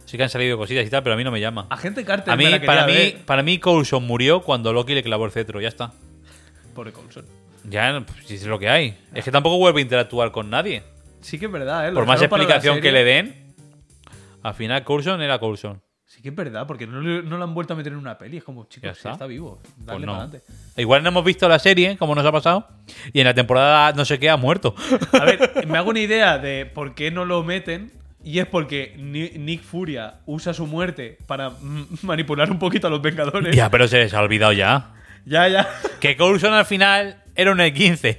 Speaker 1: Sí que han salido cosillas y tal, pero a mí no me llama.
Speaker 2: Agente Carter.
Speaker 1: A mí,
Speaker 2: me la quería
Speaker 1: para mí,
Speaker 2: ver.
Speaker 1: para mí, Coulson murió cuando Loki le clavó el cetro. Ya está.
Speaker 2: Pobre Coulson.
Speaker 1: Ya, pues, es lo que hay. Es que tampoco vuelve a interactuar con nadie.
Speaker 2: Sí que es verdad, ¿eh? Lo
Speaker 1: Por más
Speaker 2: dejaron para la
Speaker 1: explicación que le
Speaker 2: serie.
Speaker 1: den, al final Coulson era Coulson.
Speaker 2: Sí que es verdad, porque no, le- no lo han vuelto a meter en una peli. Es como, chicos,
Speaker 1: Ya
Speaker 2: ya
Speaker 1: está.
Speaker 2: está, vivo. Dale
Speaker 1: Pues
Speaker 2: para
Speaker 1: no.
Speaker 2: adelante.
Speaker 1: Igual no hemos visto la serie, como nos ha pasado, y en la temporada no sé qué ha muerto.
Speaker 2: A ver, me hago una idea de por qué no lo meten. Y es porque Ni- Nick Furia usa su muerte para mm, manipular un poquito a los Vengadores.
Speaker 1: ya, pero se les ha olvidado ya.
Speaker 2: Ya, ya.
Speaker 1: Que Coulson al final era un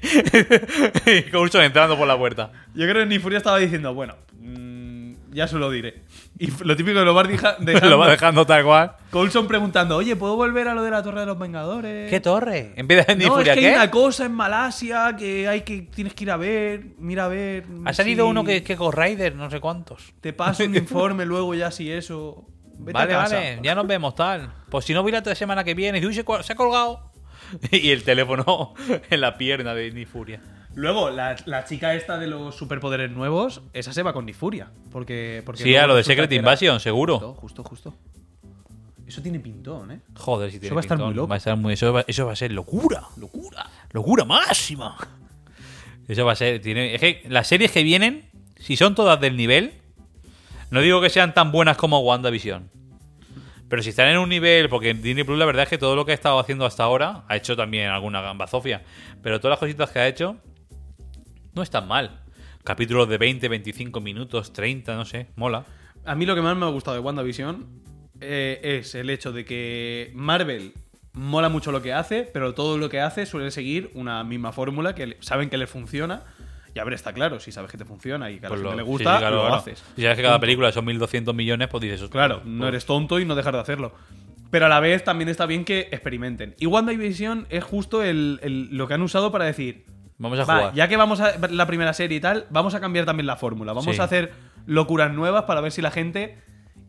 Speaker 1: E15. Y Coulson entrando por la puerta.
Speaker 2: Yo creo que Nick Furia estaba diciendo, bueno, mm, ya se lo diré. Y lo típico de lo va deja- dejando.
Speaker 1: Lo va dejando tal cual.
Speaker 2: Coulson preguntando, oye, ¿puedo volver a lo de la Torre de los Vengadores?
Speaker 1: ¿Qué torre? Empieza en
Speaker 2: no,
Speaker 1: Nifuria,
Speaker 2: es que
Speaker 1: ¿qué?
Speaker 2: hay una cosa en Malasia que hay que tienes que ir a ver, mira a ver.
Speaker 1: Ha salido
Speaker 2: si
Speaker 1: uno que es que Ghost Rider, no sé cuántos.
Speaker 2: Te paso un informe luego ya si eso. Vete
Speaker 1: vale,
Speaker 2: a casa.
Speaker 1: vale, ya nos vemos, tal. Pues si no, voy la otra semana que viene. Y dice, "Uy, se, cua- se ha colgado. Y el teléfono en la pierna de Nifuria.
Speaker 2: Luego, la, la chica esta de los superpoderes nuevos, esa se va con Nifuria. Porque, porque
Speaker 1: Sí,
Speaker 2: luego
Speaker 1: a lo de
Speaker 2: resulta
Speaker 1: Secret
Speaker 2: que era-
Speaker 1: Invasion, seguro.
Speaker 2: Justo, justo, justo. Eso tiene pintón, ¿eh?
Speaker 1: Joder, si tiene
Speaker 2: va a estar
Speaker 1: pintón.
Speaker 2: muy loco.
Speaker 1: Va a estar muy- eso, va, eso va a ser locura. Locura. Locura máxima. Eso va a ser. Tiene, es que las series que vienen, si son todas del nivel, no digo que sean tan buenas como WandaVision. Pero si están en un nivel, porque en Disney Plus la verdad es que todo lo que ha estado haciendo hasta ahora, ha hecho también alguna gambazofia, pero todas las cositas que ha hecho, no están mal. Capítulos de 20, 25 minutos, 30, no sé, mola.
Speaker 2: A mí lo que más me ha gustado de WandaVision eh, es el hecho de que Marvel mola mucho lo que hace, pero todo lo que hace suele seguir una misma fórmula que le- saben que le funciona. Y a ver, está claro, si sabes que te funciona y que a la
Speaker 1: Pues
Speaker 2: gente
Speaker 1: lo-
Speaker 2: le
Speaker 1: sí,
Speaker 2: gusta,
Speaker 1: sí, claro,
Speaker 2: lo
Speaker 1: claro.
Speaker 2: haces.
Speaker 1: Si sabes que cada película son 1.200 millones, pues dices...
Speaker 2: Claro, no eres tonto y no dejar de hacerlo. Pero a la vez también está bien que experimenten. Y WandaVision es justo el- el- lo que han usado para decir,
Speaker 1: Vamos a
Speaker 2: Va,
Speaker 1: jugar.
Speaker 2: ya que vamos a ver la primera serie y tal, vamos a cambiar también la fórmula. Vamos
Speaker 1: Sí.
Speaker 2: a hacer locuras nuevas para ver si la gente.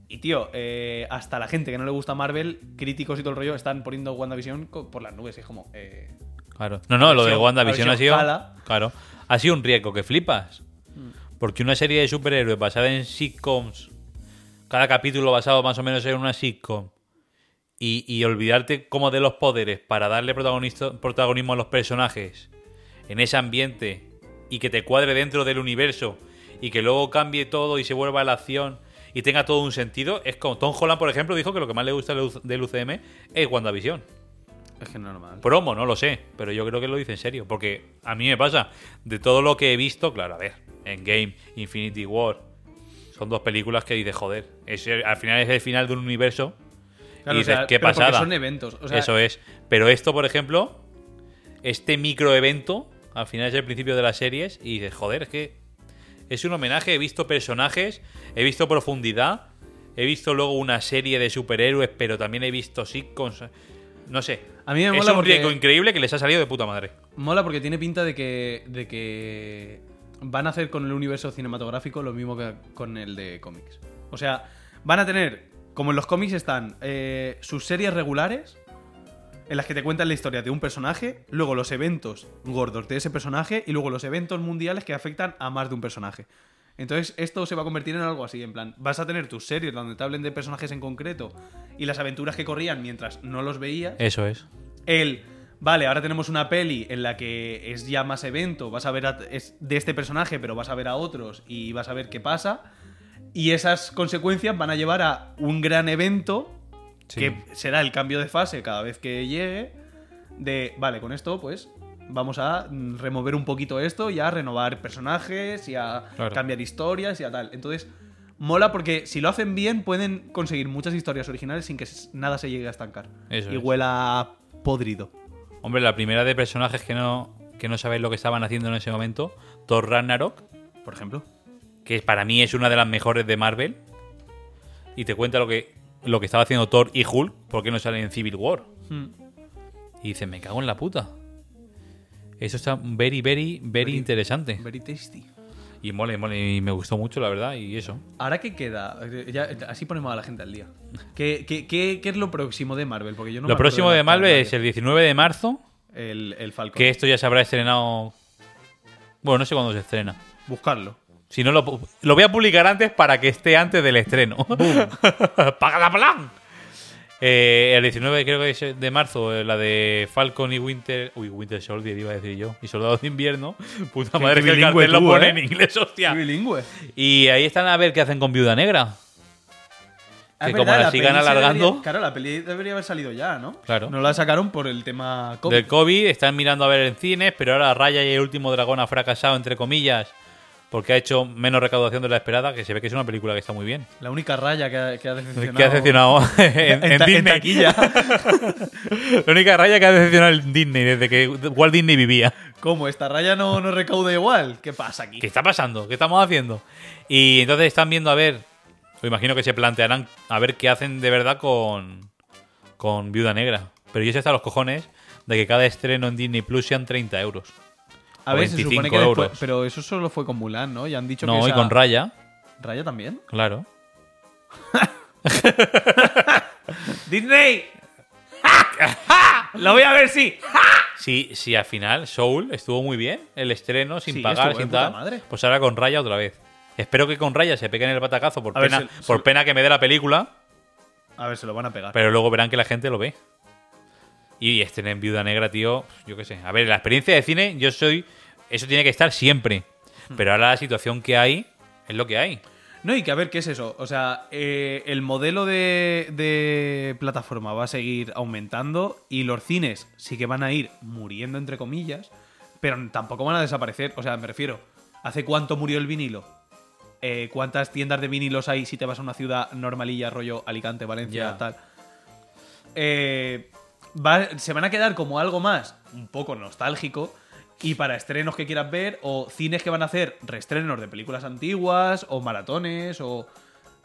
Speaker 2: Y tío, eh, hasta la gente que no le gusta Marvel, críticos y todo el rollo, están poniendo WandaVision co- por las nubes. Y es como. eh,
Speaker 1: Claro. No, no, lo de
Speaker 2: versión-
Speaker 1: WandaVision
Speaker 2: la
Speaker 1: ha sido.
Speaker 2: versión jala.
Speaker 1: Claro. Ha sido un riesgo que flipas.
Speaker 2: Mm.
Speaker 1: Porque una serie de superhéroes basada en sitcoms, cada capítulo basado más o menos en una sitcom, y, y olvidarte como de los poderes para darle protagonisto- protagonismo a los personajes en ese ambiente y que te cuadre dentro del universo y que luego cambie todo y se vuelva a la acción y tenga todo un sentido, es como Tom Holland, por ejemplo, dijo que lo que más le gusta del UC- del UCM es WandaVision
Speaker 2: es que no es normal.
Speaker 1: promo, no lo sé, pero yo creo que lo dice en serio, porque a mí me pasa, de todo lo que he visto, claro, a ver, en Game, Infinity War, son dos películas que dices, joder, es el- al final es el final de un universo y
Speaker 2: Claro, o
Speaker 1: dices,
Speaker 2: sea,
Speaker 1: qué
Speaker 2: pero porque
Speaker 1: pasada.
Speaker 2: Son eventos. o sea,
Speaker 1: Eso es. Pero esto, por ejemplo, este microevento, al final es el principio de las series, y dices, joder, es que es un homenaje, he visto personajes, he visto profundidad, he visto luego una serie de superhéroes, pero también he visto sitcoms, no sé.
Speaker 2: A mí me
Speaker 1: es
Speaker 2: mola
Speaker 1: un
Speaker 2: porque-
Speaker 1: riesgo increíble que les ha salido de puta madre.
Speaker 2: Mola porque tiene pinta de que. de que. Van a hacer con el universo cinematográfico lo mismo que con el de cómics. O sea, van a tener. Como en los cómics están eh, sus series regulares. En las que te cuentan la historia de un personaje, luego los eventos gordos de ese personaje y luego los eventos mundiales que afectan a más de un personaje. Entonces esto se va a convertir en algo así, en plan, vas a tener tus series donde te hablen de personajes en concreto y las aventuras que corrían mientras no los veías
Speaker 1: Eso es.
Speaker 2: el vale, ahora tenemos una peli en la que es ya más evento, vas a ver a- es de este personaje, pero vas a ver a otros y vas a ver qué pasa. Y esas consecuencias van a llevar a un gran evento
Speaker 1: Sí.
Speaker 2: que será el cambio de fase cada vez que llegue. De vale, con esto, pues vamos a mm, remover un poquito esto y a renovar personajes y a
Speaker 1: Claro.
Speaker 2: cambiar historias y a tal. Entonces, mola porque si lo hacen bien, pueden conseguir muchas historias originales sin que s- nada se llegue a estancar.
Speaker 1: Eso
Speaker 2: y
Speaker 1: es.
Speaker 2: huela a podrido.
Speaker 1: Hombre, la primera de personajes que no, que no sabéis lo que estaban haciendo en ese momento, Thor Ragnarok,
Speaker 2: Por ejemplo.
Speaker 1: que para mí es una de las mejores de Marvel, y te cuenta lo que, lo que estaba haciendo Thor y Hulk, porque no salen en Civil War. Y dices, me cago en la puta. Eso está very, very, very
Speaker 2: Eh. Very-
Speaker 1: interesante.
Speaker 2: Very tasty.
Speaker 1: Y mole, mole, y me gustó mucho, la verdad, y eso.
Speaker 2: ¿Ahora qué queda? Eh, ya, eh, así ponemos a la gente al día. ¿Qué, qué, qué- qué es lo próximo de Marvel? Porque yo no me
Speaker 1: Lo
Speaker 2: acuerdo
Speaker 1: próximo de Marvel es el 19 de marzo,
Speaker 2: El, el Falcon.
Speaker 1: que esto ya se habrá estrenado... Bueno, no sé cuándo se estrena.
Speaker 2: Buscarlo.
Speaker 1: Si no, lo, pu- lo voy a publicar antes para que esté antes del estreno. ¡Paga la plan! Eh, el 19 creo que es de marzo, eh, la de Falcon y Winter... Uy, Winter Soldier iba a decir yo. Y Soldados de Invierno. Puta
Speaker 2: Qué
Speaker 1: madre, que el
Speaker 2: bilingüe
Speaker 1: cartel lo
Speaker 2: tú,
Speaker 1: pone
Speaker 2: ¿eh?
Speaker 1: en inglés, hostia.
Speaker 2: Bilingüe.
Speaker 1: Y ahí están a ver qué hacen con Viuda Negra.
Speaker 2: Ah,
Speaker 1: Que
Speaker 2: es
Speaker 1: como
Speaker 2: verdad,
Speaker 1: la
Speaker 2: peli
Speaker 1: sigan
Speaker 2: se
Speaker 1: alargando-
Speaker 2: debería- claro, la peli debería haber salido ya, ¿no?
Speaker 1: Claro.
Speaker 2: No la sacaron por el tema COVID.
Speaker 1: Del COVID, están mirando a ver en cines, pero ahora Raya y el último dragón ha fracasado, entre comillas, porque ha hecho menos recaudación de la esperada, que se ve que es una película que está muy bien.
Speaker 2: La única raya que ha, que ha decepcionado.
Speaker 1: Que ha decepcionado en, en
Speaker 2: ta-
Speaker 1: Disney.
Speaker 2: taquilla.
Speaker 1: La única raya que ha decepcionado en Disney desde que Walt Disney vivía.
Speaker 2: ¿Cómo? ¿Esta raya no, no recauda igual? ¿Qué pasa aquí?
Speaker 1: ¿Qué está pasando? ¿Qué estamos haciendo? Y entonces están viendo a ver, me imagino que se plantearán a ver qué hacen de verdad con, con Viuda Negra. Pero yo sé hasta los cojones de que cada estreno en Disney Plus sean 30 euros.
Speaker 2: A ver, se
Speaker 1: 25
Speaker 2: supone que después.
Speaker 1: euros.
Speaker 2: Pero eso solo fue con Mulan, ¿no? Ya han dicho que.
Speaker 1: No, y
Speaker 2: esa-
Speaker 1: con Raya,
Speaker 2: ¿Raya también?
Speaker 1: claro.
Speaker 2: ¡Disney! ¡Lo voy a ver, sí!
Speaker 1: Sí, sí, al final Soul estuvo muy bien, el estreno, sin
Speaker 2: Sí,
Speaker 1: pagar,
Speaker 2: estuvo de
Speaker 1: sin
Speaker 2: puta
Speaker 1: tal.
Speaker 2: madre.
Speaker 1: Pues ahora con Raya otra vez. Espero que con Raya se peguen el batacazo por,
Speaker 2: A ver,
Speaker 1: pena,
Speaker 2: se-
Speaker 1: por
Speaker 2: se-
Speaker 1: pena que me dé la película,
Speaker 2: A ver, se lo van a pegar.
Speaker 1: pero luego verán que la gente lo ve. Y estrenen en Viuda Negra, tío, yo qué sé. A ver, la experiencia de cine, yo soy... Eso tiene que estar siempre.
Speaker 2: Hmm.
Speaker 1: Pero ahora la situación que hay es lo que hay.
Speaker 2: No, y que a ver, ¿qué es eso? O sea, eh, el modelo de, de plataforma va a seguir aumentando y los cines sí que van a ir muriendo, entre comillas, pero tampoco van a desaparecer. O sea, me refiero, ¿hace cuánto murió el vinilo? Eh, ¿Cuántas tiendas de vinilos hay si te vas a una ciudad normalilla, rollo Alicante, Valencia,
Speaker 1: Ya.
Speaker 2: tal? Eh, va- se van a quedar como algo más, un poco nostálgico. Y para estrenos que quieras ver, o cines que van a hacer reestrenos de películas antiguas, o maratones, o.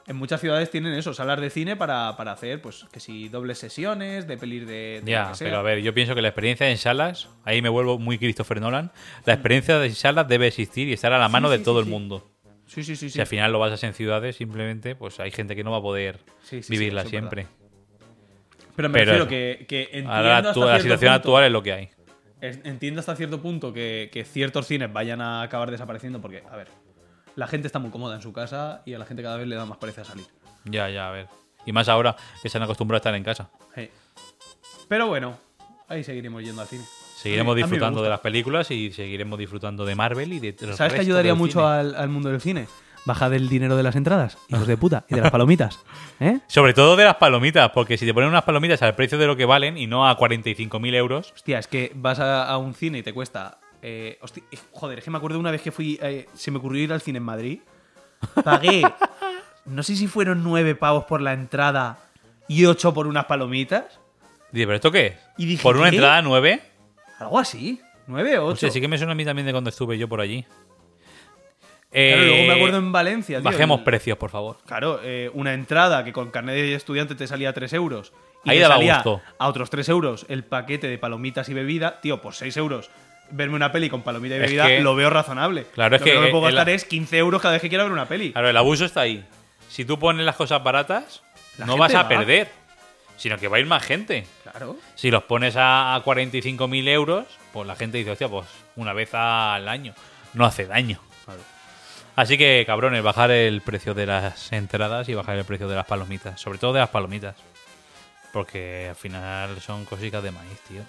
Speaker 2: En muchas ciudades tienen eso, salas de cine para, para hacer, pues, que si dobles sesiones, de pelis de. de lo
Speaker 1: Ya,
Speaker 2: que sea.
Speaker 1: pero a ver, yo pienso que la experiencia en salas, ahí me vuelvo muy Christopher Nolan,
Speaker 2: Hmm.
Speaker 1: la experiencia de salas debe existir y estar a la mano de todo el mundo.
Speaker 2: Sí, sí, sí.
Speaker 1: Si
Speaker 2: sí.
Speaker 1: al final lo basas en ciudades, simplemente, pues hay gente que no va a poder
Speaker 2: Sí, sí, sí,
Speaker 1: vivirla
Speaker 2: eso es
Speaker 1: siempre.
Speaker 2: Pero me
Speaker 1: pero
Speaker 2: refiero
Speaker 1: eso.
Speaker 2: que, que entiendo.
Speaker 1: Ahora
Speaker 2: hasta
Speaker 1: actu- la
Speaker 2: cierto
Speaker 1: situación
Speaker 2: punto-
Speaker 1: actual es lo que hay.
Speaker 2: Es- Entiendo hasta cierto punto que, que ciertos cines vayan a acabar desapareciendo porque, a ver, la gente está muy cómoda en su casa y a la gente cada vez le da más pereza salir.
Speaker 1: Ya, ya, a ver. Y más ahora que se han acostumbrado a estar en casa.
Speaker 2: Sí. Pero bueno, ahí seguiremos yendo al cine.
Speaker 1: Seguiremos
Speaker 2: A mí- a mí me
Speaker 1: disfrutando de
Speaker 2: gusta.
Speaker 1: las películas y seguiremos disfrutando de Marvel y de los
Speaker 2: ¿Sabes qué
Speaker 1: restos
Speaker 2: ayudaría
Speaker 1: del
Speaker 2: mucho
Speaker 1: cine.
Speaker 2: al, al mundo del cine? Bajad el dinero de las entradas, hijos de puta, y de las palomitas. ¿Eh?
Speaker 1: Sobre todo de las palomitas, porque si te ponen unas palomitas al precio de lo que valen y no a 45.000 euros,
Speaker 2: Hostia, es que vas a, a un cine y te cuesta. eh, hosti- eh, joder, es que me acuerdo una vez que fui. eh, se me ocurrió ir al cine en Madrid. Pagué. no sé si fueron nueve pavos por la entrada y ocho por unas palomitas.
Speaker 1: dice, ¿pero esto qué es?
Speaker 2: Y dije,
Speaker 1: ¿Por una
Speaker 2: ¿qué?
Speaker 1: entrada nueve?
Speaker 2: Algo así. Nueve o ocho.
Speaker 1: Hostia, sí que me suena a mí también de cuando estuve yo por allí.
Speaker 2: Claro, luego
Speaker 1: Eh,
Speaker 2: me acuerdo en Valencia. tío,
Speaker 1: Bajemos
Speaker 2: el-
Speaker 1: precios, por favor.
Speaker 2: Claro, eh, una entrada que con carnet de estudiante te salía 3 euros. Y
Speaker 1: Ahí
Speaker 2: te
Speaker 1: daba
Speaker 2: salía
Speaker 1: gusto.
Speaker 2: A otros 3 euros el paquete de palomitas y bebida. Tío, por 6 euros verme una peli con palomita y
Speaker 1: Es
Speaker 2: bebida
Speaker 1: que-
Speaker 2: lo veo razonable.
Speaker 1: Claro, es
Speaker 2: lo
Speaker 1: que
Speaker 2: que no me puedo
Speaker 1: el-
Speaker 2: gastar es 15 euros cada vez que quiera ver una peli.
Speaker 1: Claro, el abuso está ahí. Si tú pones las cosas baratas,
Speaker 2: La
Speaker 1: no vas
Speaker 2: gente
Speaker 1: a
Speaker 2: va.
Speaker 1: perder, sino que va a ir más gente.
Speaker 2: Claro.
Speaker 1: Si los pones a 45.000 euros, pues la gente dice, hostia, pues una vez al año. No hace daño. Así que, cabrones, bajar el precio de las entradas y bajar el precio de las palomitas. Sobre todo de las palomitas. Porque al final son cositas de maíz, tío.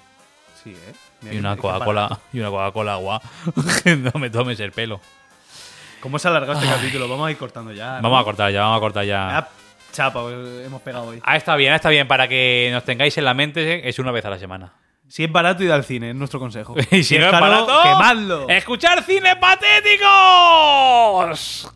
Speaker 2: Sí, ¿eh? Mira
Speaker 1: Y
Speaker 2: qué-
Speaker 1: una
Speaker 2: qué
Speaker 1: Coca-Cola,
Speaker 2: barato.
Speaker 1: y una Coca-Cola agua. no me tomes el pelo.
Speaker 2: ¿Cómo se ha alargado este capítulo? Vamos a ir cortando ya. ¿no?
Speaker 1: Vamos a cortar ya, vamos a cortar ya.
Speaker 2: Ah, chapa, eh, hemos pegado hoy.
Speaker 1: Ah, está bien, ah, está bien. Para que nos tengáis en la mente, es una vez a la semana.
Speaker 2: Si es barato, id al cine, es nuestro consejo.
Speaker 1: Y si no es eh,
Speaker 2: caro,
Speaker 1: barato,
Speaker 2: quemadlo.
Speaker 1: ¡Escuchar cine patéticos!